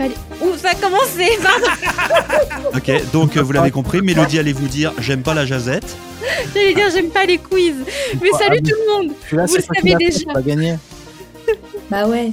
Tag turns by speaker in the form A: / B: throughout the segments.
A: Allez, où ça a commencé Pardon,
B: Ok, donc euh, vous l'avez compris, Mélodie allait vous dire j'aime pas la jazette.
A: j'allais dire j'aime pas les quiz. Mais
C: Ah,
A: salut
C: oui.
A: tout le monde
C: Celui-là,
A: Vous
C: c'est
A: le
C: toi qui
A: savez
C: l'as fait,
A: déjà.
C: t'as pas gagné.
D: Bah ouais.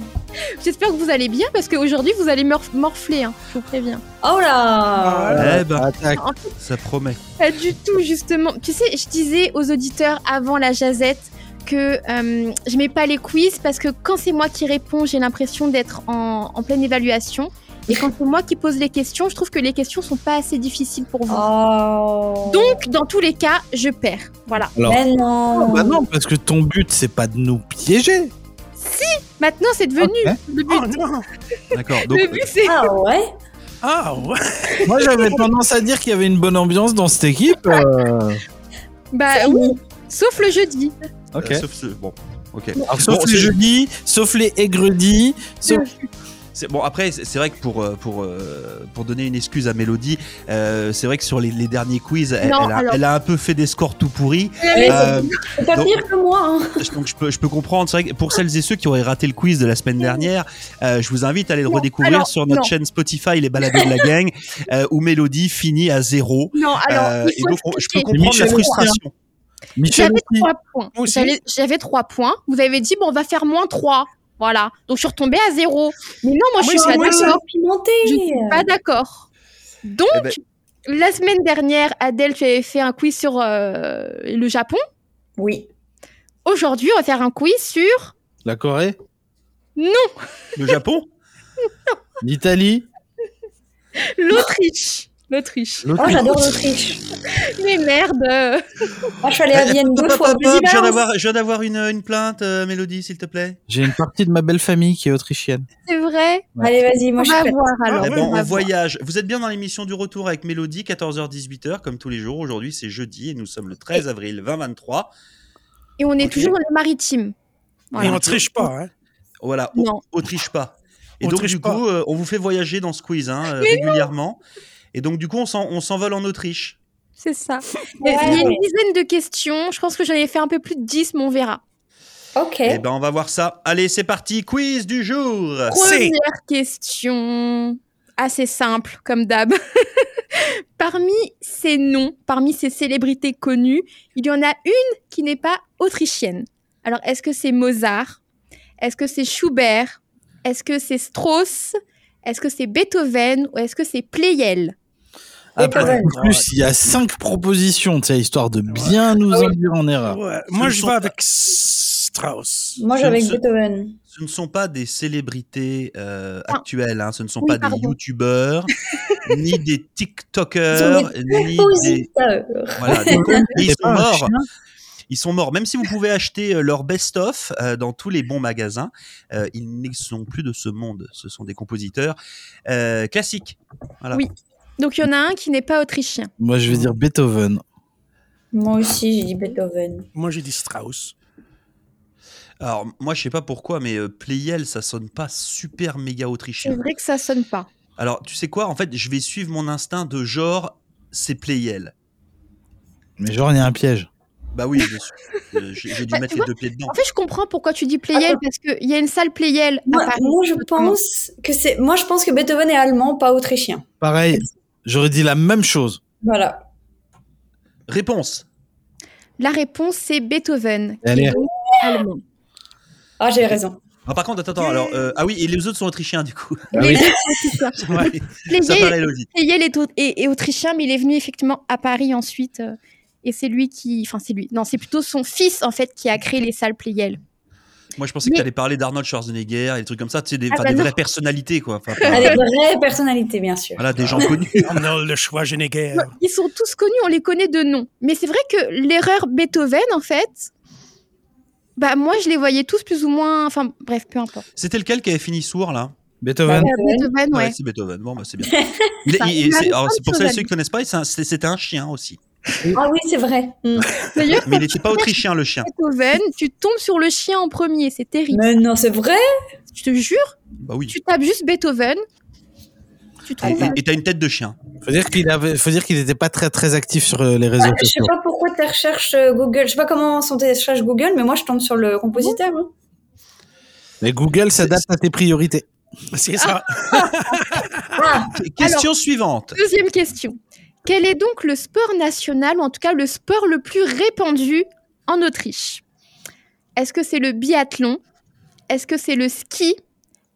A: J'espère que vous allez bien parce qu'aujourd'hui vous allez morf- morfler, hein, je vous préviens.
D: Oh
E: Ah,
D: là
B: eh ben,
C: Attaque.
A: En fait,
B: ça promet.
A: pas du tout justement. Tu sais, je disais aux auditeurs avant la jazette que euh, je mets pas les quiz parce que quand c'est moi qui réponds, j'ai l'impression d'être en, en pleine évaluation. Et quand c'est moi qui pose les questions, je trouve que les questions sont pas assez difficiles pour vous.
D: Oh
A: Donc, dans tous les cas, je perds. Voilà.
D: Mais non
E: Bah non, parce que ton but, c'est pas de nous piéger. Oh,
A: Maintenant, c'est devenu
E: Hein
C: Ok.
A: le but.
E: non
B: D'accord, Oh, donc
A: le but, c'est
B: bah
D: Ah ouais
E: Ah ouais Moi, j'avais tendance à dire qu'il y avait une bonne ambiance dans cette équipe.
C: Euh,
A: bah oui, sauf le jeudi.
C: ok.
B: euh, sauf ce- bon, ok.
E: Alors,
B: Bon,
E: sauf les
B: c'est-
E: jeudis, sauf les aigredis, sauf...
A: Euh,
B: C'est- bon après c'est c'est vrai que pour euh, pour euh, pour donner une excuse à Mélodie, euh, c'est vrai que sur les, les derniers quiz, elle,
A: Non,
B: elle a,
A: alors-
B: elle a un peu fait des scores tout pourris.
D: Ouais,
B: Euh,
D: C'est pas
B: donc-
D: pire que moi hein.
B: donc je peux je peux comprendre. C'est vrai que pour celles et ceux qui auraient raté le quiz de la semaine dernière, euh, je vous invite à aller le
A: Non,
B: redécouvrir
A: alors,
B: sur notre
A: non.
B: chaîne Spotify les balados de la gang euh, où Mélodie finit à zéro.
A: Non, alors,
B: Euh,
A: il
B: et
A: faut
B: donc on- je peux
A: expliquer.
B: comprendre la
E: Michel Ancien.
B: frustration.
E: Michel
A: J'avais
E: aussi.
A: trois points.
E: Moi aussi.
A: J'avais- J'avais trois points. Vous avez dit, bon, on va faire moins trois. Voilà. Donc, je suis retombée à zéro. Mais non, moi, je suis pas
D: Ah, Moi, je suis
A: d'accord.
D: complimentée.
A: Je suis pas d'accord. Donc,
B: Eh ben-
A: la semaine dernière, Adèle, tu avais fait un quiz sur euh, le Japon.
D: Oui.
A: Aujourd'hui, on va faire un quiz sur.
E: La Corée,
B: Le Japon
E: l'Italie,
A: Oh, L'Autriche. L'Autriche.
D: Oh, j'adore l'Autriche.
A: Mais merde.
D: Moi, je suis allée à
B: Eh,
D: Vienne deux
B: Hop,
D: fois.
B: hop, hop, je viens
D: Vas-y,
B: d'avoir- je viens d'avoir une, une plainte, euh, Mélodie, s'il te plaît.
E: j'ai une partie de ma belle famille qui est autrichienne.
A: C'est vrai.
D: balance. Allez, vas-y, moi,
A: On
D: je
A: va
D: suis prête.
A: voir
F: Ah
A: alors.
B: Eh ben,
A: on va
F: bah
B: on
A: voir.
B: voyage. Vous êtes bien dans l'émission du retour avec Mélodie, 14h-18h, comme tous les jours. Aujourd'hui, c'est jeudi et nous sommes le 13 avril 2023.
A: Et on est
B: Ok.
A: toujours dans le maritime. Voilà.
F: Et on triche pas, hein.
B: Voilà, au-
A: Non.
B: Autriche pas. Et
F: On
B: donc,
F: triche
B: du
F: pas.
B: coup, euh, on vous fait voyager dans ce quiz hein, euh, régulièrement. Et donc, du coup, on s'en- on s'envole en Autriche.
A: C'est ça.
D: Ouais.
A: Il y a une dizaine de questions. Je pense que j'en ai fait un peu plus de 10, mais on verra.
D: Ok.
B: Eh ben, on va voir ça. Allez, c'est parti, quiz du jour
A: Ah,
F: C'est-
A: Première question. Assez simple, comme d'hab. parmi ces noms, parmi ces célébrités connues, il y en a une qui n'est pas autrichienne. Alors, est-ce que c'est Mozart Est-ce que c'est Schubert Est-ce que c'est Strauss Est-ce que c'est Beethoven Ou est-ce que c'est Pleyel Ah
E: Après,
D: Beethoven.
E: en plus, il y a cinq propositions, tu sais, histoire de
A: Ah
E: bien nous induire en erreur.
F: Ouais.
B: Ce
F: Moi,
B: ne
F: je
B: sont
F: vais
B: pas-
F: avec Strauss.
D: Moi,
B: ben, Je
D: j'avais
B: ne sais-
D: Beethoven.
B: Ce ne sont pas des célébrités euh,
A: Ah.
B: actuelles, hein. ce ne sont
A: Oui,
B: pas
A: pardon.
B: des youtubeurs, ni des
D: Ils ont
B: tiktokers, ni des...
D: Compositeur.
B: Voilà, donc, ils
E: T'es
B: sont
E: pas un
B: morts.
E: chien
B: Ils sont morts. Même si vous pouvez acheter euh, leur best-of euh, dans tous les bons magasins, euh, ils ne sont plus de ce monde. Ce sont des compositeurs euh, classiques. Voilà.
A: Oui. Donc, il y en a un qui n'est pas autrichien.
E: Moi, je vais dire Beethoven.
D: Moi aussi, j'ai dit Beethoven.
A: Ah,
F: Moi, j'ai dit Strauss.
B: Alors, moi, je sais pas pourquoi, mais euh, Pleyel, ça sonne pas super méga
A: C'est
B: autrichien.
A: vrai que ça sonne pas.
B: Alors, tu sais quoi En fait, je vais suivre mon instinct de genre, c'est Pleyel.
E: Mais genre, il y a un piège.
B: Bah oui, bien sûr. Euh, J'ai j'ai dû
A: Bah,
B: mettre
A: tu
B: les
A: vois,
B: deux pieds dedans.
A: En fait, je comprends pourquoi tu dis Pleyel, parce qu'il y a une salle Pleyel à
D: Moi,
A: Paris.
D: moi, je
A: notamment.
D: pense que c'est. Moi, je pense que Beethoven est allemand, pas autrichien.
E: Pareil, j'aurais dit la même chose.
D: Voilà.
B: Réponse.
A: La réponse, c'est Beethoven, qui
E: Allez.
A: est donc allemand.
D: Ah, j'ai raison.
B: Ah, par contre, attends, attends. Alors, euh, ah oui, et les autres sont autrichiens, du coup.
E: Ah oui.
B: Ouais, ça
A: Pleyel,
B: paraît logique.
A: Pleyel est, au- est- est autrichien, mais il est venu effectivement à Paris ensuite. euh, et c'est lui qui. Enfin, c'est lui. Non, c'est plutôt son fils, en fait, qui a créé les salles Pleyel.
B: Moi, je pensais que
A: Mais-
B: tu allais parler d'Arnold Schwarzenegger et des trucs comme ça, tu sais, des,
A: Ah,
B: enfin,
A: bah
B: des
A: non.
B: vraies personnalités, quoi. Enfin, pas-
D: Ah, des vraies personnalités, bien sûr.
B: voilà, des gens connus.
F: Arnold le choix Schwarzenegger.
A: Ils sont tous connus, on les connaît de nom. Mais c'est vrai que l'erreur Beethoven, en fait. Bah, moi, je les voyais tous plus ou moins. Enfin, bref, peu importe.
B: C'était lequel qui avait fini sourd, là
E: Beethoven,
A: Beethoven, ouais.
B: c'est Beethoven. Bon, bah, c'est bien. Il est-
A: Ça,
B: il-
A: il
B: c'est
A: arrive
B: alors,
A: plein de
B: c'est pour
A: choses
B: celles
A: à
B: et ceux qui
A: lui.
B: ne connaissent pas, c'est un- c'est- c'était un chien aussi.
D: Ah oui, c'est vrai. Mm.
A: D'ailleurs,
B: Mais il n'était pas autrichien, le chien.
A: Beethoven, tu tombes sur le chien en premier, c'est terrible.
D: Mais non, c'est vrai.
A: Je te jure,
B: Bah oui.
A: tu tapes juste Beethoven. Tu
B: Et-
A: trouves.
B: Et et t'as une tête de chien.
E: faut dire qu'il avait, faut dire qu'il n'était pas très très actif sur euh, les réseaux
D: Je sais
E: sociaux.
D: pas pourquoi tes recherches euh, Google. Je sais pas comment sont tes recherches Google, mais moi, je tombe sur le compositeur. hein.
E: Mais Google s'adapte à tes priorités.
F: C'est ça.
A: Ah.
B: Question suivante.
A: Deuxième question. Quel est donc le sport national, ou en tout cas le sport le plus répandu en Autriche Est-ce que c'est le biathlon Est-ce que c'est le ski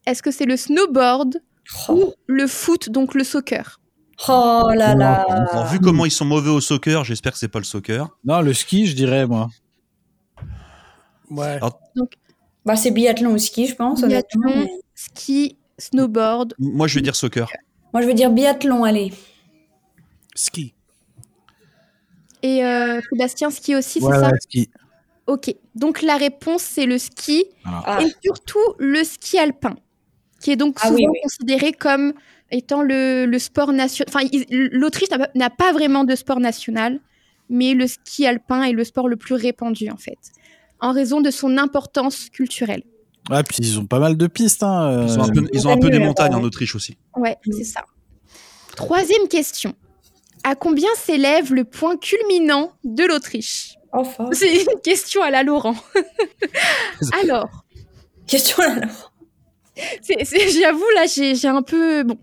A: Est-ce que c'est le snowboard
D: Oh,
A: Ou le foot, donc le soccer
D: oh là là.
B: Alors,
A: Ah.
B: vu comment ils sont mauvais au soccer, j'espère que c'est pas le soccer.
E: Non, le ski, je dirais, moi.
F: Ouais.
D: Bah, c'est biathlon ou ski, je pense. honnêtement,
A: Biathlon.
D: mais-
A: Ski, snowboard.
B: Moi, je vais dire soccer.
D: Moi, je veux dire biathlon, allez.
F: Ski.
A: Et euh, Sébastien, ski aussi,
E: Ouais,
A: c'est ça
E: ouais, ski.
A: Ok. Donc la réponse, c'est le ski.
D: Ah.
A: Et surtout le ski alpin, qui est donc
D: Ah
A: souvent
D: oui, oui.
A: considéré comme étant le, le sport national. Enfin, il- l'Autriche n'a pas- n'a pas vraiment de sport national, mais le ski alpin est le sport le plus répandu, en fait, en raison de son importance culturelle.
E: Ah, puis ils ont pas mal de pistes. Hein,
B: Ils ont
E: euh,
B: un peu, ils ont un peu des montagnes en Autriche aussi.
A: Ouais, c'est ça. Troisième question. À combien s'élève le point culminant de l'Autriche
D: Enfin.
A: C'est une question à la Laurent. Alors,
D: Question là. là.
A: C'est- c'est- J'avoue, là, j'ai j'ai un peu. Bon.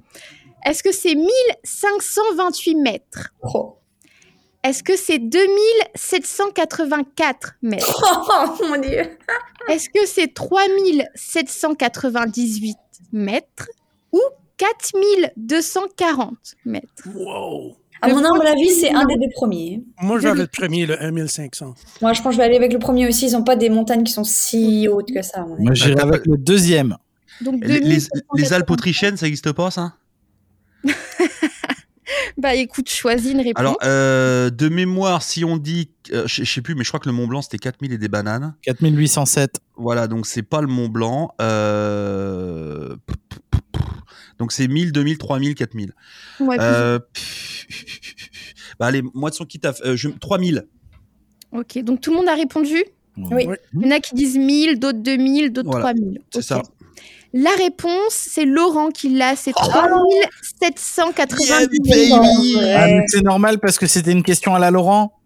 A: Est-ce que c'est 1528 mètres
D: Oh.
A: Est-ce que c'est 2784 mètres
D: Oh, mon dieu.
A: Est-ce que c'est 3798 mètres Ou 4240 mètres
F: Wow.
D: À
A: Le
D: mon humble
A: point
D: avis, c'est un
A: culminant.
D: des deux premiers.
F: Moi,
A: De
F: j'avais le
A: l'Autriche.
F: premier, le 1500.
A: Ah,
D: Moi, je pense que je vais aller avec le premier aussi. Ils ont pas des montagnes qui sont si hautes que ça. à mon avis.
E: Moi, j'irais avec le deuxième.
A: Donc
B: Les, les-
A: 2780.
B: les Alpes autrichiennes, ça n'existe pas, ça
A: Bah écoute, choisis une réponse.
B: Alors, euh, de mémoire, si on dit. euh, je je sais plus, mais je crois que le Mont Blanc, c'était 4000 et des bananes.
E: 4807.
B: Voilà, donc c'est pas le Mont Blanc. euh, Donc c'est 1000, 2000, 3000, 4000.
A: Ouais, plus-
B: Euh, pff, bah allez, moi de son qui taf, euh, je... 3000.
A: Ok, donc tout le monde a répondu
D: Oui.
A: Il y en a qui disent 1000, d'autres 2000, d'autres
B: Mhm. Voilà,
A: 3000.
B: c'est
A: Ok.
B: ça.
A: La réponse, c'est Laurent qui l'a, c'est
B: Oh,
A: 3790.
B: Yeah, baby
D: Ouais.
E: Ah, mais c'est normal parce que c'était une question à la Laurent.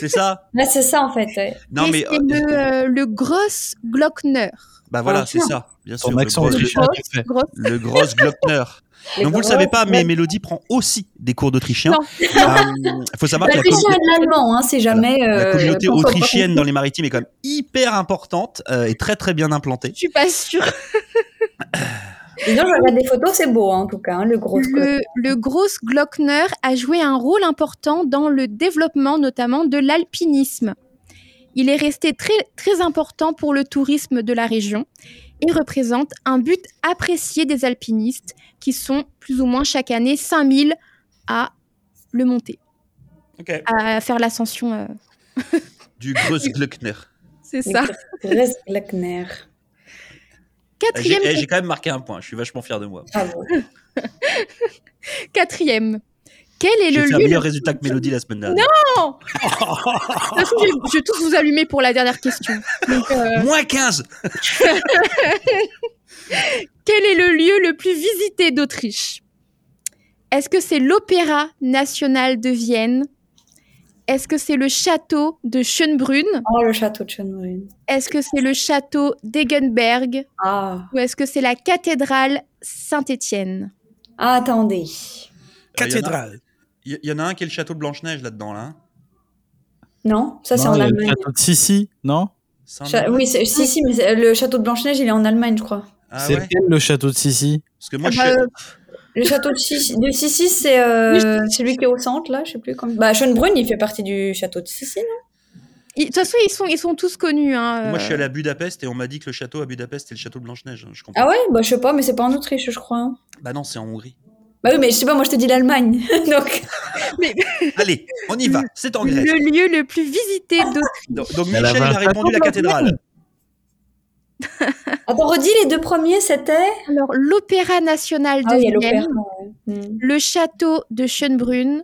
B: C'est ça
D: Là, c'est ça, en fait. ouais.
B: Non mais,
A: c'est
B: euh,
A: le, euh, le Gross Glockner.
B: bah voilà, c'est ça. Bien sûr,
E: Ton accent
B: le gros,
E: autrichien, tu le fais.
A: Gross.
B: le gros Glockner.
D: Les
B: Donc vous le
D: gros-
B: savez pas, mais
D: Ouais.
B: Mélodie prend aussi des cours d'autrichien.
A: Non. Bah,
B: Euh, faut savoir que la
D: L'autrichien
B: communauté
D: et l'allemand, hein, c'est jamais.
B: La
D: euh,
B: communauté
D: pour- pour-
B: autrichienne dans les maritimes est quand même hyper importante euh, et très très bien implantée.
A: Je suis pas sûre.
D: Disons, je regarde des photos, c'est beau, hein, en tout cas, hein, le gros.
A: Le, le Gross Glockner a joué un rôle important dans le développement notamment de l'alpinisme. Il est resté très, très important pour le tourisme de la région et représente un but apprécié des alpinistes qui sont plus ou moins chaque année 5000 à le monter, à faire l'ascension. euh,
B: Du Grossglockner.
A: C'est ça.
D: Reste Lackner.
B: J'ai
A: Quatrième,
B: eh, j'ai quand même marqué un point, je suis vachement fier de moi.
D: Bravo.
A: quatrième. Quel est
B: J'ai
A: le
B: fait un
A: lieu
B: meilleur résultat que Mélodie la semaine dernière.
A: De toute façon, je, je vais tous vous allumer pour la dernière question. Donc, euh,
B: Moins 15
A: quel est le lieu le plus visité d'Autriche Est-ce que c'est l'Opéra national de Vienne Est-ce que c'est le château de Schönbrunn
D: Oh, le château de Schönbrunn.
A: Est-ce que c'est le château d'Egenberg
D: Ah.
A: Ou est-ce que c'est la cathédrale Saint-Étienne
D: Ah, attendez.
F: Cathédrale.
B: Il y, en a un qui est le château de Blanche-Neige là-dedans, là. hein.
D: Non, ça, c'est
E: Non,
D: en
E: il y a le
D: Allemagne.
E: château de Sissi, non
B: C'est un-
D: Cha- Oui, c'est- si, si, mais c'est- le château de Blanche-Neige, il est en Allemagne, je crois.
B: Ah
E: C'est
B: ouais
E: lequel, le château de Sissi
B: Parce que moi, je
A: Ah bah,
B: suis-
D: Le château de Sissi, de Sissi, c'est euh,
A: Oui, je-
D: celui qui est au centre, là, je sais plus comment. Bah, Schönbrunn, il fait partie du château de Sissi, non
A: Ils- De toute façon, ils sont, ils sont tous connus. hein,
B: moi, je
A: euh.
B: suis allé à Budapest et on m'a dit que le château à Budapest, c'était le château de Blanche-Neige. hein, Je comprends.
D: Ah ouais Bah, je sais pas, mais c'est pas en Autriche, je crois. hein.
B: Bah non, c'est en Hongrie.
D: Bah oui, mais je sais pas, moi, je te dis l'Allemagne. Donc,
B: Allez, on y va. C'est en Grèce.
A: le lieu le plus visité d'Autriche.
B: Donc, donc
E: Elle
B: Michel,
E: avait
B: il
E: un
B: a répondu
E: château
B: la
E: de
B: cathédrale.
E: Blanche-Neige.
D: attends, redis les deux premiers, c'était.
A: Alors, l'Opéra national de
D: Ah oui, l'opéra.
A: Vienne,
D: ouais. Hmm.
A: le château de Schönbrunn,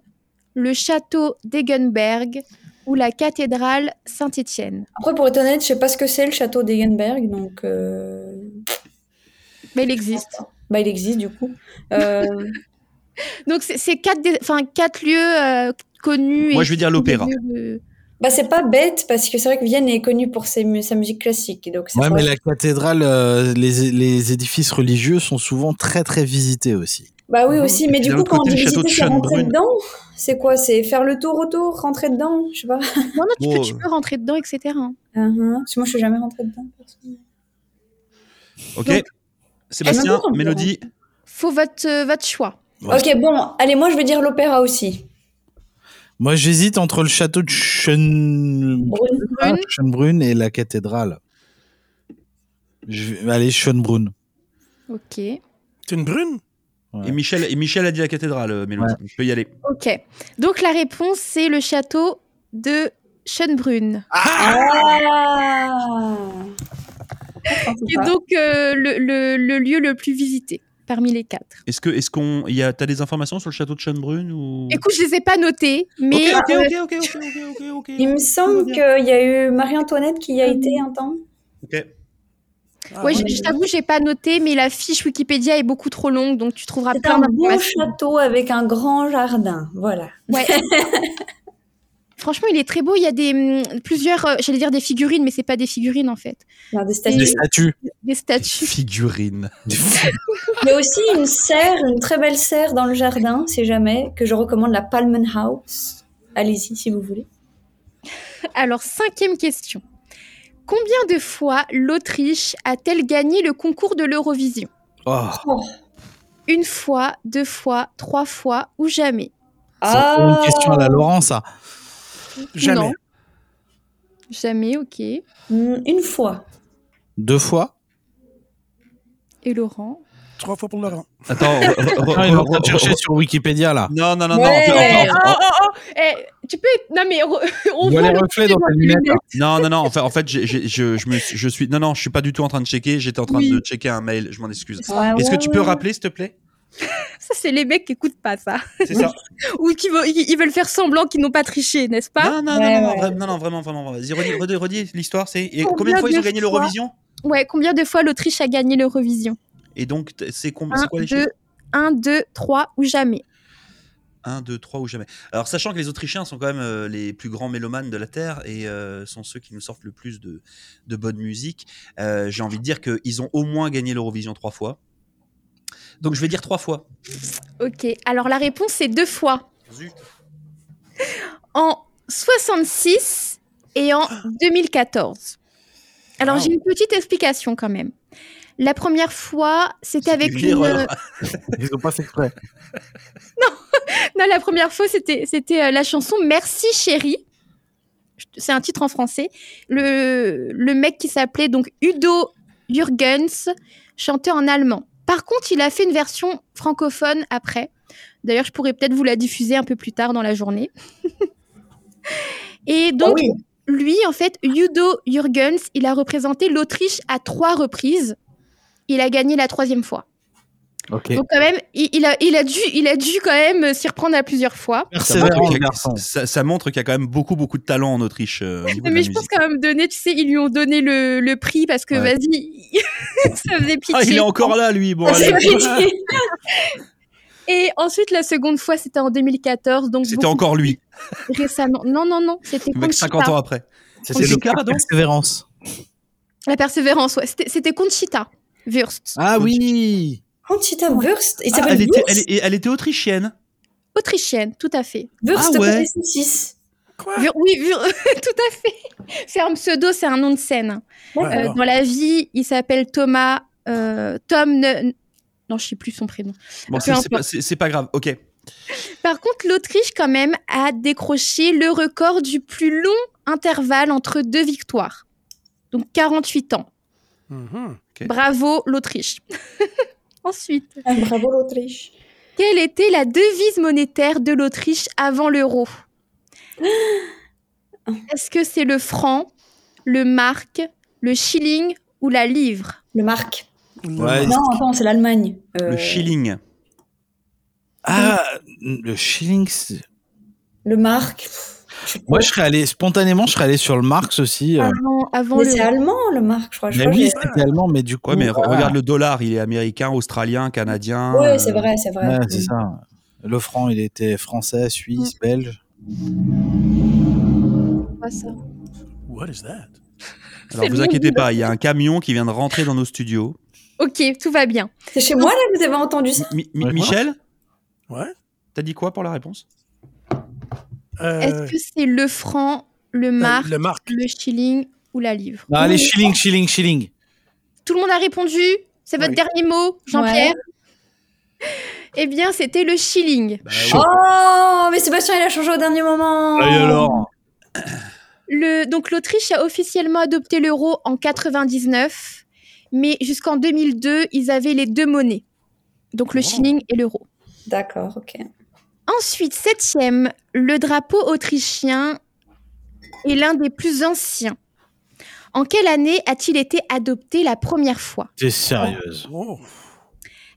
A: le château d'Egenberg ou la cathédrale Saint-Étienne.
D: Après, pour être honnête, je sais pas ce que c'est le château d'Egenberg, donc. euh,
A: Mais il existe.
D: Bah, il existe, du coup. Euh,
A: Donc c'est c'est quatre, des- enfin, quatre lieux euh, connus.
B: Moi,
A: et
B: je vais dire l'opéra.
A: des lieux de-
D: Bah, c'est pas bête parce que c'est vrai que Vienne est connue pour ses mu- sa musique classique. Donc c'est
E: Ouais,
D: pas-
E: mais la cathédrale, euh, les, les édifices religieux sont souvent très très visités aussi.
D: Bah oui,
B: Mhm.
D: aussi.
B: Et
D: Mais
B: puis
D: du
B: d'un
D: coup,
B: autre
D: quand on
B: côté,
D: dit
B: le château de
D: visiter, c'est rentrer
B: Schönbrunn.
D: dedans C'est quoi C'est faire le tour autour, rentrer dedans Je sais pas.
A: Non, non, tu, peux,
B: Bon,
A: tu
B: euh.
A: peux rentrer dedans, etc. hein.
D: Mhm. Parce que moi, je suis jamais rentrée dedans. perso.
B: Ok.
D: Donc,
B: Sébastien,
D: elle me demande,
B: Mélodie,
A: Faut votre, euh, votre choix.
E: Ouais.
D: Ok, bon, allez, moi, je vais dire l'opéra aussi.
E: Moi, j'hésite entre le château de Schön...
D: Brune.
E: Ah, Schönbrunn et la cathédrale. Je vais aller Schönbrunn.
B: Ah.
A: Ok.
F: C'est une brune?
E: Ouais.
B: et Michel, et Michel a dit la cathédrale, euh, Mélodie. Tu peux y aller.
A: Ok. Donc la réponse, c'est le château de Schönbrunn.
F: Ah,
D: Ah
A: Qui est donc euh, le, le- le lieu le plus visité parmi les quatre.
B: Est-ce que, est-ce qu'on, il y a, t'as des informations sur le château de Schönbrunn ou
A: Écoute, je les ai pas notés, mais
B: Mm. Ok,
A: euh,
B: ok, ok, ok, ok, ok, ok,
D: Il me semble
B: Tout
D: qu'il y a eu Marie-Antoinette qui y a été un temps.
B: ok.
F: Ah,
A: ouais,
F: ouais.
A: je, je t'avoue, j'ai pas noté, mais la fiche Wikipédia est beaucoup trop longue, donc tu trouveras
D: C'est
A: plein
D: un beau
A: d'informations.
D: château avec un grand jardin. Voilà.
A: Ouais. Franchement, il est très beau. Il y a des hum, plusieurs, euh, j'allais dire des figurines, mais c'est pas des figurines en fait,
D: Non, des
E: Des
D: statues.
E: statues.
A: des statues.
B: Figurine.
D: Il y a aussi une serre, une très belle serre dans le jardin, si jamais, que je recommande, la Palmenhaus. Allez-y si vous voulez.
A: Alors, cinquième question. Combien de fois l'Autriche a-t-elle gagné le concours de l'Eurovision
E: Oh,
A: Une fois, deux fois, trois fois ou jamais
E: c'est
D: Ah,
E: encore une question à la Laurent, ça.
F: Jamais.
A: ah, Non. Jamais, ok. Et
D: Hmm, Une fois.
E: Deux fois.
A: Laurent
F: Trois fois pour Laurent.
B: Attends. re- re-
E: Ah, il est en
B: re-
E: train de
B: re-
E: chercher
B: re-
E: sur Wikipédia, là.
B: Non, non, non, non.
D: Ouais. Oh.
B: on fait- on-
D: Ah,
B: on-
A: Eh, Tu peux... Non mais re- on
E: On voit
A: voit
E: les
A: le-
E: reflets dans ta
A: le-
E: lunette. là.
B: Non, non, non. En fait, en fait j'ai- j'ai- je, je, me suis- je suis. Non, non, je suis pas du tout en train de checker. J'étais en train
A: Oui.
B: de checker un mail. Je m'en excuse.
D: Ah, Ouais,
B: Est-ce que
D: ouais,
B: tu peux
D: ouais.
B: rappeler, s'il te plaît
A: Ça, c'est les mecs qui écoutent pas ça.
B: C'est ça.
A: Ou qui veulent, ils veulent faire semblant qu'ils n'ont pas triché, n'est-ce pas
B: Non, non,
D: Ouais,
B: non, non,
D: ouais.
B: vra- non, non, vraiment, vraiment. vraiment. Vas-y, redis, redis, redis l'histoire. C'est et
A: Combien
B: combien de fois ils ont
A: de
B: gagné
A: fois
B: l'Eurovision
A: Ouais, combien de fois l'Autriche a gagné l'Eurovision
B: Et donc, t- c'est com- c'est
A: Un,
B: quoi les chiffres
A: deux, un, deux, trois ou jamais
B: 1, 2, 3 ou jamais. Alors, sachant que les Autrichiens sont quand même euh, les plus grands mélomanes de la Terre et euh, sont ceux qui nous sortent le plus de, de bonne musique, euh, j'ai envie de dire qu'ils ont au moins gagné l'Eurovision trois fois. Donc, je vais dire trois fois.
A: Ok, alors la réponse c'est deux fois. En 66 et en 2014. Alors
F: Wow.
A: j'ai une petite explication quand même. La première fois, c'était avec
B: une
A: une...
B: erreur.
E: Ils ont pas fait exprès.
A: Non, la première fois, c'était c'était euh, la chanson Merci chérie. C'est un titre en français. Le, le mec qui s'appelait donc Udo Jürgens chantait en allemand. Par contre, il a fait une version francophone après. D'ailleurs, je pourrais peut-être vous la diffuser un peu plus tard dans la journée. Et donc,
D: Ah oui.
A: lui, en fait, Udo Jürgens, il a représenté l'Autriche à trois reprises. Il a gagné la troisième fois.
E: Ok.
A: Donc quand même, il, il a, il, a dû, il a dû quand même euh, s'y reprendre à plusieurs fois.
B: Ça montre
E: Persévérant,
B: qu'il
E: le
B: y a-
E: garçon.
B: ça- ça montre qu'il y a quand même beaucoup, beaucoup de talent en Autriche. euh, au niveau de la
A: Mais je pense
B: musique.
A: qu'à un moment donné, tu sais, ils lui ont donné le, le prix parce que,
E: Ouais.
A: vas-y, ça faisait pitié.
B: Ah, il est encore là, lui. Bon,
D: Ah, c'est
B: allez.
D: vrai.
A: Et ensuite, la seconde fois, c'était en 2014, donc
B: C'était
A: beaucoup
B: encore lui,
A: plus récemment. Non, non, non, c'était
B: le mec
A: Conchita.
B: 50 ans après.
E: C'était
B: C'est
E: le
B: le cas,
E: cas,
B: donc
E: Persévérance.
A: La persévérance, ouais. C'était c'était Conchita Wurst,
E: Ah oui
D: Conchita Wurst. Il
B: Ah,
D: s'appelle
B: elle, était,
D: Wurst.
B: elle, est- elle était autrichienne.
A: autrichienne, tout à fait.
D: Wurst
B: Ah ouais.
D: côté saucisse.
F: Quoi?
A: Wur- oui, Wur- tout à fait. C'est un pseudo, c'est un nom de scène.
F: Ouais,
A: Euh,
F: alors.
A: dans la vie, il s'appelle Thomas, euh, Tom, ne- non, je sais plus son prénom.
B: Bon,
A: Peu
B: c'est- c'est
A: importe.
B: pas, c'est- c'est pas grave. Ok.
A: Par contre, l'Autriche, quand même, a décroché le record du plus long intervalle entre deux victoires. Donc 48 ans.
F: Mhm.
B: Ok.
A: Bravo, l'Autriche. Ensuite,
D: Ah, bravo l'Autriche.
A: quelle était la devise monétaire de l'Autriche avant l'euro Est-ce que c'est le franc, le mark, le shilling ou la livre
D: Le Marc.
E: Ouais.
D: Non, attends, c'est l'Allemagne.
B: Ah,
D: Euh,
B: Le shilling.
E: Ah, le shilling. c'est-
D: Le Marc. Pff, je sais pas.
E: Moi, je serais allé, spontanément, je serais allé sur le Marx aussi.
F: Ah.
E: euh.
A: Avant, avant
D: Mais
A: l'euro.
D: c'est allemand le Marc, je crois. Ah, Je
E: Mais
D: crois
E: oui,
D: que-
E: c'était allemand, mais du coup.
B: Ouais, mais re-
E: voilà.
B: regarde le dollar, il est américain, australien, canadien.
D: Ouais,
B: euh,
D: c'est vrai, c'est vrai.
E: ah,
D: Mm.
E: Ouais, c'est ça. Le franc, il était français, suisse, belge.
A: quoi ça
F: What is that?
B: Alors,
A: C'est
B: vous
A: bon.
B: inquiétez pas, il y a un camion qui vient de rentrer dans nos studios.
A: Ok, tout va bien.
D: C'est chez moi, là, vous avez entendu ça
B: Mi- mi-
E: Ouais.
B: Michel,
F: Ouais.
B: t'as dit quoi pour la réponse
F: Euh,
A: Est-ce que c'est le franc, le
F: euh,
A: marque,
F: Le marque.
A: le shilling ou la livre
E: Non, allez, shilling, shilling, shilling.
A: Tout le monde a répondu C'est votre
F: Oui.
A: dernier mot, Jean-Pierre Eh bien, c'était le shilling.
B: Bah,
E: Chaud.
D: Oh, mais Sébastien, il a changé au dernier moment.
B: Ah,
E: Ah, Et alors
A: Le, donc l'Autriche a officiellement adopté l'euro en 99, mais jusqu'en 2002, ils avaient les deux monnaies, donc le
B: Wow.
A: shilling et l'euro.
D: D'accord, ok.
A: Ensuite, septième, le drapeau autrichien est l'un des plus anciens. En quelle année a-t-il été adopté la première fois
E: T'es sérieuse
F: Oh.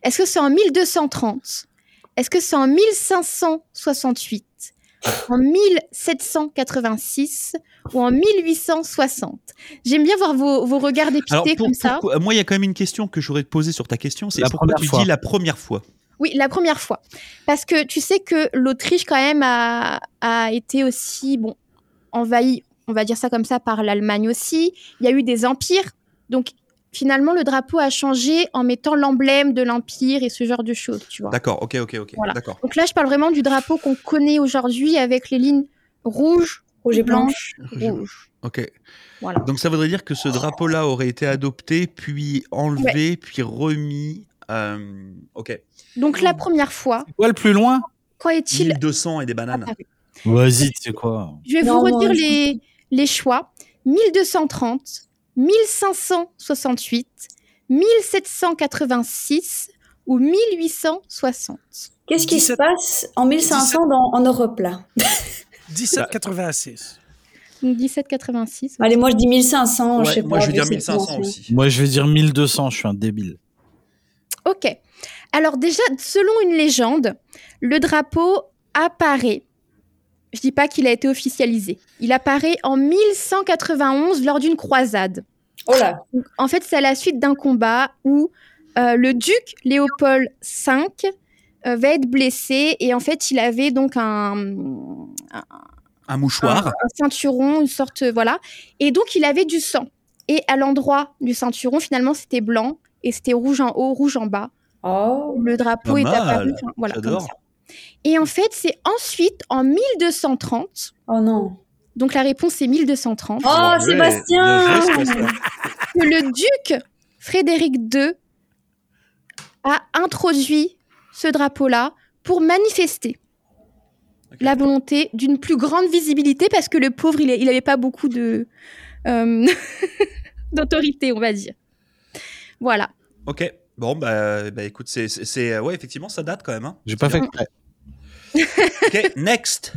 A: Est-ce que c'est en 1230 Est-ce que c'est en 1568 En 1786 Ou en 1860 J'aime bien voir vos, vos regards dépités
B: Alors, pour-
A: comme ça.
B: pourquoi- moi, il y a quand même une question que j'aurais posée sur ta question. C'est
E: La
B: pourquoi
E: première
B: tu
E: fois.
B: dis la première fois
A: Oui, la première fois. Parce que tu sais que l'Autriche, quand même, a, a été aussi bon, envahie, on va dire ça comme ça, par l'Allemagne aussi. Il y a eu des empires. Donc, finalement, le drapeau a changé en mettant l'emblème de l'empire et ce genre de choses, tu vois.
B: D'accord, ok, ok, ok.
A: Voilà.
B: D'accord.
A: Donc là, je parle vraiment du drapeau qu'on connaît aujourd'hui avec les lignes rouge,
D: Rouge et blanc.
A: blanche, rouge.
B: Ok.
A: Voilà.
B: Donc ça voudrait dire que ce drapeau-là aurait été adopté, puis enlevé, puis remis. euh, ok.
A: Donc
D: Oh.
A: la première fois,
E: Quoi le plus loin
A: quand est-il
B: 1200 et des bananes.
A: apparu
E: Vas-y, tu sais quoi
A: Je vais
D: Non,
A: vous redire
D: moi, je-
A: les, les choix. 1230, 1568, 1786 ou 1860.
D: Qu'est-ce qui se
F: 17.
D: passe en 1500 dans- en Europe, là
F: 1786.
A: Donc 1786.
D: Allez, moi, je dis 1500, je
B: Ouais,
D: sais
B: moi,
D: pas.
B: je vais
D: vu
B: dire
D: que c'est
B: 1500
D: français.
B: aussi.
E: Moi, je vais dire 1200, je suis un débile.
A: Ok. Alors déjà, selon une légende, le drapeau apparaît. Je dis pas qu'il a été officialisé. Il apparaît en 1191 lors d'une croisade.
D: Oh là,
A: En fait, c'est à la suite d'un combat où euh, le duc Léopold V euh, va être blessé et en fait, il avait donc un,
B: Un mouchoir.
A: un ceinturon, une sorte, voilà. Et donc, il avait du sang. Et à l'endroit du ceinturon, finalement, c'était blanc et c'était rouge en haut, rouge en bas.
D: oh,
A: Le drapeau
B: Pas
A: est
B: mal.
A: apparu. enfin, hein, voilà, comme
B: J'adore.
A: ça. Et en fait, c'est ensuite en 1230,
D: oh non.
A: donc la réponse est 1230,
D: Oh,
B: Bien joué,
D: Sébastien
B: Ah, bien joué, Sébastien.
A: que le duc Frédéric II a introduit ce drapeau-là pour manifester
B: Ok.
A: la volonté d'une plus grande visibilité parce que le pauvre, il n'avait pas beaucoup de euh, d'autorité, on va dire. Voilà.
B: Ok. Bon, bah, bah, écoute, c'est, c'est- c'est- ouais, effectivement, ça date quand même. hein.
E: J'ai pas fait exprès.
B: Ok, next.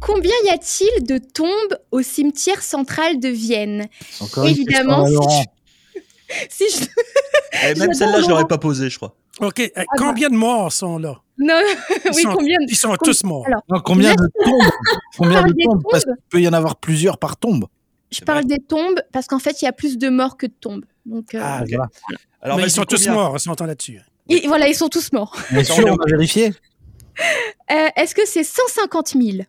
A: Combien y a-t-il de tombes au cimetière central de Vienne
E: Encore
A: Évidemment,
E: une question à Laurent.
A: Si je...
B: Eh, même
A: J'adore,
B: celle-là, je
A: Laurent.
B: l'aurais pas posée, je crois.
F: OK.
A: Ah,
F: euh, combien de morts sont là?
A: Non,
F: Ils
A: oui,
F: sont-
A: combien
F: Ils sont tous morts.
A: Alors,
E: Non, combien de tombes Combien
A: parle
E: de
A: des
E: tombes Parce
A: tombes.
E: qu'il peut y en avoir plusieurs par tombe.
A: Je
B: C'est
A: parle des tombes parce qu'en fait, il y a plus de morts que de tombes. Donc, euh,
F: Ah,
E: Ah, voilà.
B: Alors,
F: Mais
B: vas-y,
F: ils sont tous
B: combien
F: morts, on s'entend là-dessus.
A: et voilà, ils sont tous morts.
E: Bien
B: Attends,
E: sûr,
B: on est-
E: on va vérifier.
A: Euh, Est-ce que c'est 150 000
E: Oh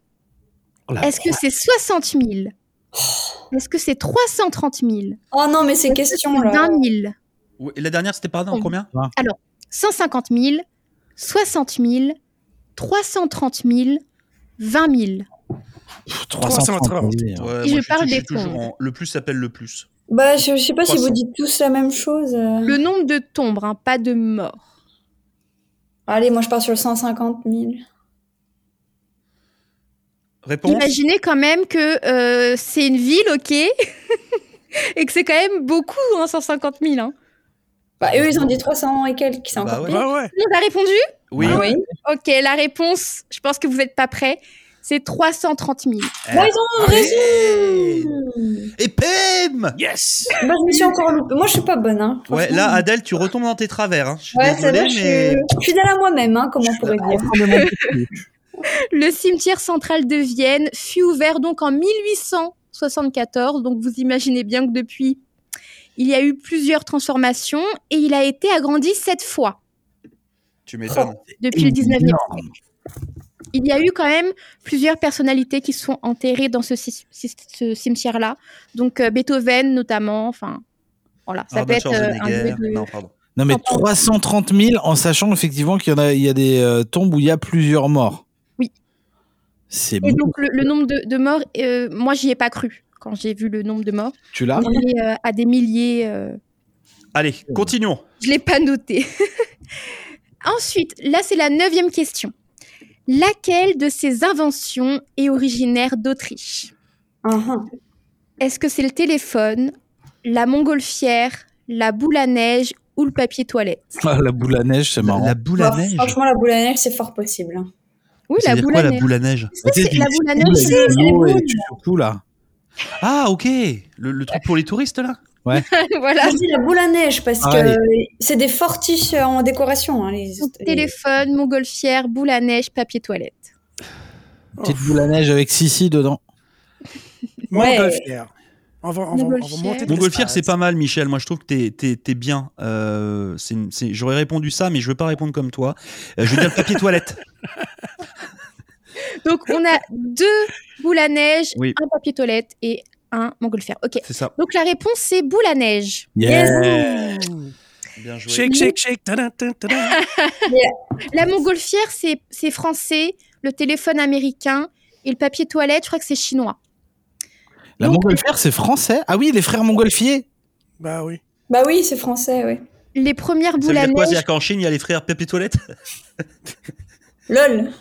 F: Ah,
E: la
A: Est-ce que c'est 60 000
F: Oh.
A: Est-ce que c'est 330 000
D: Oh non, mais ces questions-là.
A: 20 000
B: Ouais, et La dernière, c'était pardon,
A: Oui.
B: combien
A: 150 000 60 000 330 000 20 000
E: Pff,
B: Oh,
F: 330.
E: vas-y, hein.
B: Ouais,
A: Si
B: moi,
A: je parle
B: je suis
A: des
B: toujours
A: tombes.
B: en- Le plus s'appelle le plus.
D: Bah, je, je sais pas si
B: 300.
D: vous dites tous la même chose. euh.
A: Le nombre de tombes, hein, pas de morts.
D: Allez, moi, je pars sur le 150 000.
B: Réponse
A: Imaginez quand même que euh, c'est une ville, ok Et que c'est quand même beaucoup, hein, 150 000. Hein.
D: Bah, eux, ils ont dit 300 et quelques, c'est
B: Bah
D: encore
B: ouais.
D: pire.
F: Ouais, ouais.
A: Tout le monde a répondu
B: Oui.
D: Ah oui.
A: Ok, la réponse, je pense que vous n'êtes pas prêts, c'est 330 000.
B: Eh,
D: Bon, Bah, ils ont
B: allez.
D: raison.
B: Et pim
F: Yes!
D: Bah, je me suis encore loupée. Moi, je suis pas bonne, hein.
B: Ouais, là, Adèle, tu retombes dans tes travers. Hein. Je suis
D: Ouais, ça
B: désolé,
D: va, je
B: mais...
D: suis je suis fidèle à moi-même, hein, comme on pourrait dire.
A: Le cimetière central de Vienne fut ouvert donc en 1874, donc vous imaginez bien que depuis, il y a eu plusieurs transformations et il a été agrandi sept fois
B: Tu m'étonnes.
A: depuis le 19e siècle. il y a eu quand même plusieurs personnalités qui sont enterrées dans ce, ci- ci- ce cimetière-là. Donc euh, Beethoven notamment, enfin voilà, ça peut
B: Arnold
A: être euh, un
B: Ah, Schwarzenegger.
A: bruit de-
B: Non, pardon.
E: Non, mais
A: Ah, pardon.
E: 330 000 en sachant effectivement qu'il y, en a, il y a des euh, tombes où il y a plusieurs morts.
A: Oui.
E: C'est
A: Et
E: bon,
A: donc le, le nombre de, de morts, euh, moi j'y ai pas cru quand j'ai vu le nombre de morts.
E: tu l'as
A: On est euh, à des milliers. euh,
B: Allez, continuons.
A: Je l'ai pas noté. Ensuite, là c'est la neuvième question. Laquelle de ces inventions est originaire d'Autriche
D: Ah,
A: Est-ce que c'est le téléphone, la montgolfière, la boule à neige ou le papier toilette
E: Ah, La boule à neige, c'est marrant.
B: La boule à
D: Bah,
B: neige.
D: Franchement, la boule à neige, c'est fort possible. hein.
A: Oui,
B: C'est quoi la boule à neige
A: c'est
E: Tu sais,
A: la
E: tu-
A: boule à
E: tu
A: neige,
E: mets
A: c'est-
E: de
A: c'est les
E: l'eau et
A: boules.
E: tu secoues, là.
B: Ah, ok. Le, le truc pour les touristes là.
A: voilà.
D: Bah, Je dis la boule à neige parce que
E: Pareil.
D: euh, c'est des fortiches euh, en décoration. hein, les-
A: Donc,
D: les-
A: euh, Téléphone, montgolfière, boule à neige, papier toilette.
E: Petite boule à neige avec Sissi dedans.
F: Montgolfière. On va, on va, on va
A: Montgolfière.
F: monter de
B: Montgolfière, c'est
F: l'espace.
B: pas mal, Michel. Moi, je trouve que t'es, t'es, t'es bien. Euh, c'est une- c'est- J'aurais répondu ça, mais je veux pas répondre comme toi. Euh, je veux dire le papier toilette.
A: Donc on a deux boules à neige,
B: Oui.
A: un papier toilette et un montgolfière. Ok.
B: C'est ça.
A: Donc la réponse c'est boule à neige.
F: Ouh.
B: Bien joué.
F: Shake, shake, shake. ta-da, ta-da, ta-da.
A: La montgolfière c'est c'est français, le téléphone américain et le papier toilette, je crois que c'est chinois.
E: La
A: Donc-
E: montgolfière, c'est français Ah oui, les frères montgolfiers
F: Bah oui.
D: Bah oui, c'est français, oui.
A: Les premières
B: Ça veut
A: boules à
B: dire quoi
A: neige,
B: C'est-à-dire qu'en Chine, il y a les frères papier toilette
D: LOL.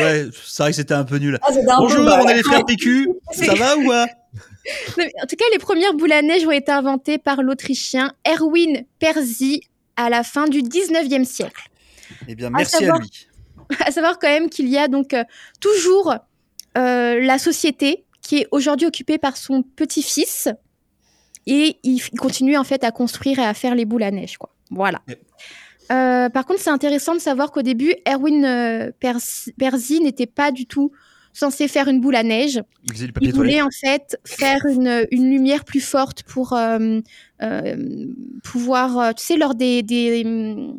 B: Ouais, c'est vrai que c'était un peu nul.
D: Ah, c'était un peu
B: Bonjour,
A: bah,
D: bas.
B: on est les frères PQ. Ça va ou
A: Non,
B: quoi
A: mais en tout cas les premières boules à neige ont été inventées par l'Autrichien Erwin Perzi à la fin du 19e siècle.
B: Eh bien,
A: merci à
B: merci à
A: savoir-
B: lui.
A: à savoir quand même qu'il y a donc euh, toujours euh, la société qui est aujourd'hui occupée par son petit-fils et il f- il continue en fait à construire et à faire les boules à neige quoi. Voilà.
B: Yep.
A: Euh, par contre, c'est intéressant de savoir qu'au début, Erwin euh, Pers- Perzi n'était pas du tout censé faire une boule à neige.
B: Il faisait du
A: Il
B: papier toilette.
A: voulait en fait faire une, une lumière plus forte pour euh, euh, pouvoir, euh, tu sais, lors des, des, hum,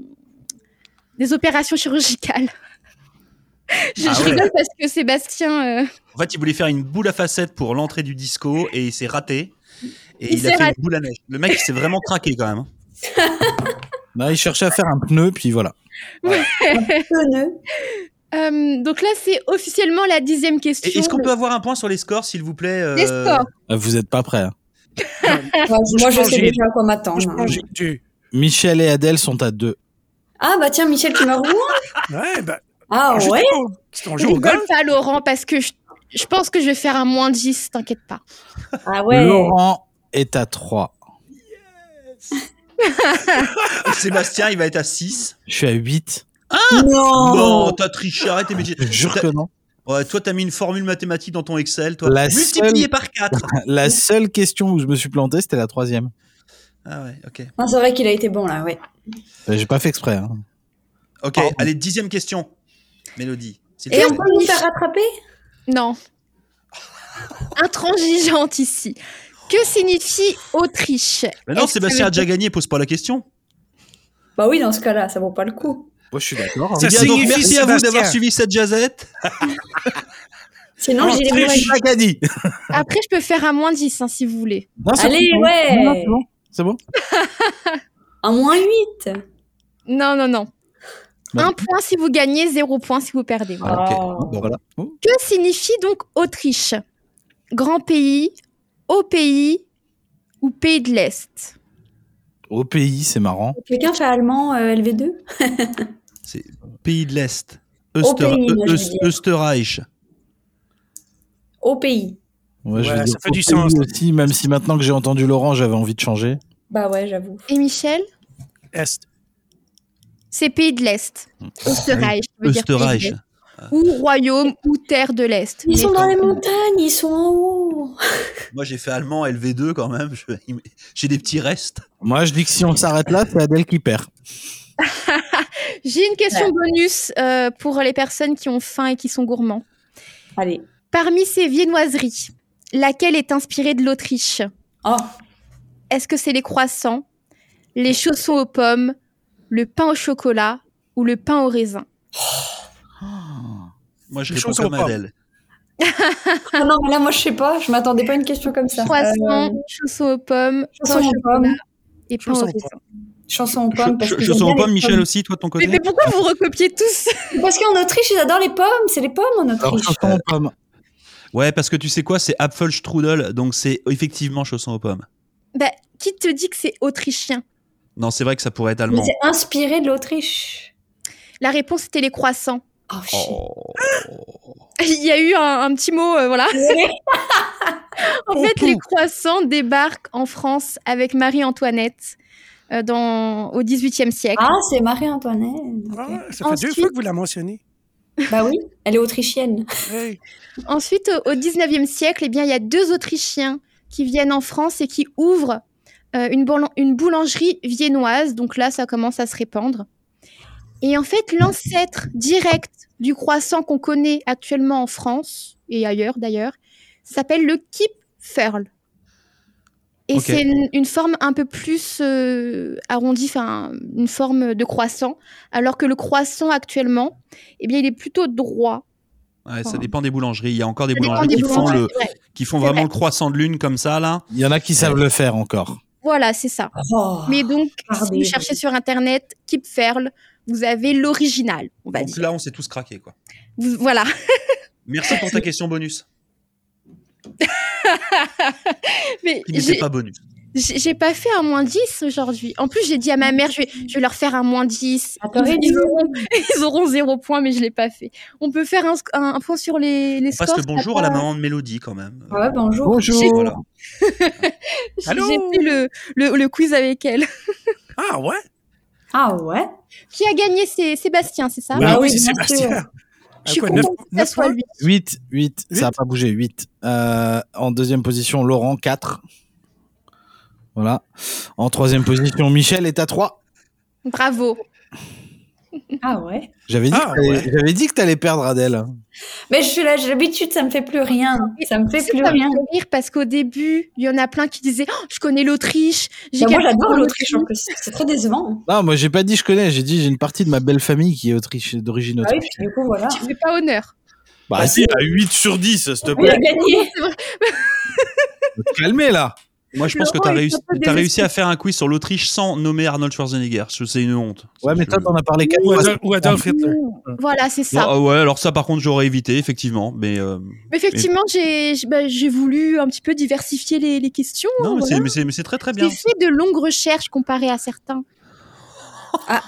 A: des opérations chirurgicales. je
B: Ah
A: je
B: ouais.
A: rigole parce que Sébastien, euh,
B: En fait, il voulait faire une boule à facettes pour l'entrée du disco et il s'est raté. Et
A: Il
B: il, a
A: s'est
B: fait
A: raté.
B: une boule à neige. Le mec, il s'est vraiment craqué quand même. hein.
E: Non, ils cherchaient à faire un pneu, puis voilà.
D: Teuneux.
A: euh, donc là c'est officiellement la dixième question.
B: Et est-ce qu'on peut avoir un point sur les scores, s'il vous plaît euh,
A: Les scores.
E: Euh, Vous n'êtes pas prêts. hein.
D: Ouais,
F: Je
D: Moi, je
F: pense
D: sais
F: que
D: déjà à quoi
F: Moi, je
D: m'attendre. hein.
F: pense que j'ai dû.
E: Michel et Adèle sont à deux.
D: Ah, bah tiens, Michel, tu me rejoins
F: Ouais, bah,
D: Ah
F: on joue
D: ouais
F: au- on joue au golf.
A: Rigole pas Laurent parce que je, je pense que je vais faire un moins 10, t'inquiète pas.
D: Ah ouais
E: Laurent est à 3.
B: Sébastien, il va être à 6.
E: Je suis à 8.
B: Non,
D: Non
B: t'as triché, arrête tes bêtises.
E: Je jure
B: T'as-
E: que non.
B: Ouais, toi, t'as mis une formule mathématique dans ton Excel, toi.
E: La
B: Multiplié
E: seule-
B: par 4.
E: La seule question où je me suis planté, c'était la troisième.
B: Ah ouais, ok.
D: Non, C'est vrai qu'il a été bon là, ouais.
E: Euh, J'ai pas fait exprès. hein.
B: Ok,
E: Pardon.
B: allez, dixième question. Mélodie. s'il
A: Et
B: te
D: Et
A: on
D: on
B: plaît.
D: peut nous faire rattraper
A: Non. Intransigeante ici. Que signifie Autriche
B: Mais non,
A: Est-ce que
B: Sébastien
A: ça
B: a
A: veut dire-
B: déjà gagné, pose pas la question.
D: Bah oui, dans ce cas-là, ça vaut pas le coup.
E: Moi, je suis d'accord. hein.
B: Eh
F: Ça,
B: bien, donc,
F: signifie,
B: merci à vous
F: Sébastien.
B: d'avoir suivi cette jazette.
D: Sinon,
F: Oh,
D: j'ai
F: triche.
D: les
E: C'est pas qu'a dit.
A: Après, je peux faire un moins 10 hein, si vous voulez.
E: Non, c'est
D: Allez,
E: bon.
D: ouais.
E: Non, non, c'est bon. C'est bon.
D: Un moins 8
A: Non, non, non.
E: Bon.
A: Un point si vous gagnez, zéro point si vous perdez.
E: Ah, ok.
D: Oh.
E: Bon, voilà. Oh.
A: Que signifie donc Autriche Grand pays, haut pays ou pays de l'Est
E: Au pays, c'est marrant.
D: Quelqu'un fait allemand euh, LV2
B: C'est pays de l'Est.
D: Au pays, moi, je veux
B: Öster-
D: dire.
B: Österreich.
D: Au pays.
E: Ouais, je
F: Ouais,
E: veux
F: ça
E: dire
F: fait
E: au
F: du
E: pays
F: sens.
E: aussi, même si maintenant que j'ai entendu Laurent, j'avais envie de changer.
D: Bah ouais, j'avoue.
A: Et Michel
F: Est.
A: C'est pays de l'Est.
E: Ah,
A: Österreich. ça veut dire pays de
B: Österreich.
A: l'Est. Ou royaume ou terre de l'Est.
D: Ils sont
A: Mais-
D: dans les montagnes, ils sont en haut.
B: Moi, j'ai fait allemand LV2 quand même. Je- J'ai des petits restes.
E: Moi, je dis que si on s'arrête là, c'est Adèle qui perd.
A: J'ai une question bonus euh, pour les personnes qui ont faim et qui sont gourmands.
D: Allez.
A: Parmi ces viennoiseries, laquelle est inspirée de l'Autriche
D: Oh,
A: Est-ce que c'est les croissants, les chaussons aux pommes, le pain au chocolat ou le pain au raisin
B: Moi, je
F: Les
B: réponds
F: choses
B: comme
F: sont pas-
B: Adèle.
D: Ah non, mais là, moi, je sais pas. Je m'attendais pas à une question comme ça.
A: Croissant,
D: Euh,
A: chaussons aux pommes,
D: chanson
A: pain au
D: aux pommes.
A: chocolat et pain
F: Chaussons
A: aux
F: aux
A: raisins.
D: Chanson aux pommes. parce
B: Je,
D: que
B: je, je
D: j'aime
B: sens
D: bien
B: aux pommes,
D: les
B: Michel
D: pommes.
B: aussi, toi de ton
A: Mais,
B: côté.
A: mais pourquoi vous recopiez tous
D: Parce qu'en Autriche, ils adorent les pommes. C'est les pommes en
E: Alors,
D: Autriche.
E: chaussons aux pommes.
B: Ouais, parce que tu sais quoi, c'est Apfelstrudel, donc c'est effectivement chausson aux pommes.
A: Bah, qui te dit que c'est autrichien
B: Non, c'est vrai que ça pourrait être
D: Mais
B: allemand.
D: c'est inspiré de l'Autriche.
A: La réponse c'était les croissants.
D: Oh, shit.
B: Oh.
A: Il y a eu un, un petit mot, euh, voilà.
D: Désolée.
A: En fait, les croissants débarquent en France avec Marie-Antoinette euh, dans au XVIIIe siècle.
D: Ah, c'est Marie-Antoinette. Ok.
F: Ah, ça fait deux
A: Ensuite-
F: fois que vous la mentionnez.
D: Bah oui, elle est autrichienne.
F: Hey.
A: Ensuite, au au XIXe siècle, eh bien, il y a deux Autrichiens qui viennent en France et qui ouvrent euh, une, bourlan- une boulangerie viennoise. Donc là, ça commence à se répandre. Et en fait, l'ancêtre direct du croissant qu'on connaît actuellement en France et ailleurs d'ailleurs s'appelle le Kipferl. Et
B: Ok.
A: c'est une, une forme un peu plus euh, arrondie, enfin une forme de croissant, alors que le croissant actuellement, eh bien, il est plutôt droit.
B: Ouais, ça dépend des boulangeries. Il y a encore des
A: Oh. Ça dépend
B: boulangeries
A: des
B: qui font,
A: boulangeries,
B: le,
A: c'est vrai.
B: qui font
A: C'est
B: vraiment
A: vrai.
B: le croissant de lune comme ça, là.
E: Il y en a qui savent le faire encore.
A: Voilà, c'est ça.
D: Oh.
A: Mais donc, si
D: regardez.
A: vous cherchez sur Internet Kipferl, vous avez l'original, on va
B: Donc
A: dire.
B: là, on s'est tous craqués, quoi.
A: Vous- voilà.
B: Merci pour ta question bonus,
A: Mais
B: qui n'était
A: j'ai
B: pas bonus.
A: j'ai- j'ai pas fait un moins 10 aujourd'hui. En plus, j'ai dit à ma mère, je vais, je vais leur faire un moins 10.
D: Ah, t'aurais
A: Ils,
D: dû.
A: ils auront, ils auront zéro point, mais je l'ai pas fait. On peut faire un, sc- un- un point sur les, les
B: On
A: scores.
B: passe le
A: t'as
B: bonjour
A: pas-
B: à la maman de Mélodie, quand même.
D: Ah ouais, bonjour.
E: Bonjour.
B: Voilà.
A: J'ai
F: Allô
A: j'ai fait le, le, le quiz avec elle.
F: Ah ouais?
D: Ah ouais
A: Qui a gagné C'est Sébastien, c'est ça
D: Ouais.
F: Bah
D: oui,
F: oui, c'est
D: bien sûr.
F: Sébastien.
A: Je suis
F: Ah quoi, neuf-
A: contente que ça
F: neuf
A: soit
F: points
A: lui.
E: 8, 8, ça n'a
F: Huit
E: pas bougé, 8. Euh, en deuxième position, Laurent, 4. Voilà. En troisième position, Michel est à 3.
A: Bravo.
D: Ah ouais
E: J'avais dit,
F: Ah,
E: que t'allais-
F: ouais.
E: j'avais dit que t'allais perdre Adèle.
D: Mais je suis là, j'ai l'habitude, ça me fait plus rien. Ça me fait
A: C'est
D: plus
A: ça me
D: rien.
A: fait rire parce qu'au début, il y en a plein qui disaient Oh, Je connais l'Autriche. J'ai
D: Bah, moi,
A: capté
D: j'adore
A: mon
D: l'Autriche en plus. C'est très décevant.
E: Non, moi j'ai pas dit je connais, j'ai dit j'ai une partie de ma belle famille qui est autriche d'origine
D: Ah oui,
E: autrichienne.
D: puis du coup, voilà.
A: Tu fais pas honneur.
E: Bah si, à 8 sur 10, s'il te
D: Il a gagné.
E: Calmez là.
B: Moi, je pense que
A: Laurent
B: tu as,
A: est
B: réussi,
A: un peu
B: t'as réussi à faire un quiz sur l'Autriche sans nommer Arnold Schwarzenegger. Je- C'est une honte.
E: Ouais, mais toi
B: Je-
E: t'en as parlé 4
F: Ou
E: fois.
F: Adolf- Ou Adolf Hitler.
A: Voilà, c'est
B: Non,
A: ça.
B: ah ouais, alors ça, par contre, j'aurais évité, effectivement. Mais euh,
A: Mais Effectivement, j'ai j'ai- bah, j'ai voulu un petit peu diversifier les, les questions. hein,
B: non, mais
A: voilà.
B: c'est- mais c'est mais c'est très très bien.
A: J'ai fait de longues recherches comparées à certains.
D: Ah.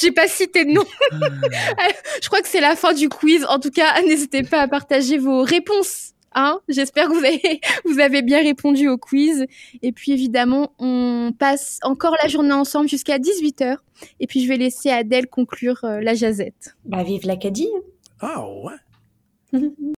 A: J'ai pas cité de nom.
B: Hmm.
A: Je crois que c'est la fin du quiz. En tout cas, n'hésitez pas à partager vos réponses. Hein J'espère que vous avez, vous avez bien répondu au quiz. Et puis évidemment, on passe encore la journée ensemble jusqu'à 18h. Et puis je vais laisser Adèle conclure euh, la jazette.
D: Bah, vive l'Acadie.
F: Ah ouais?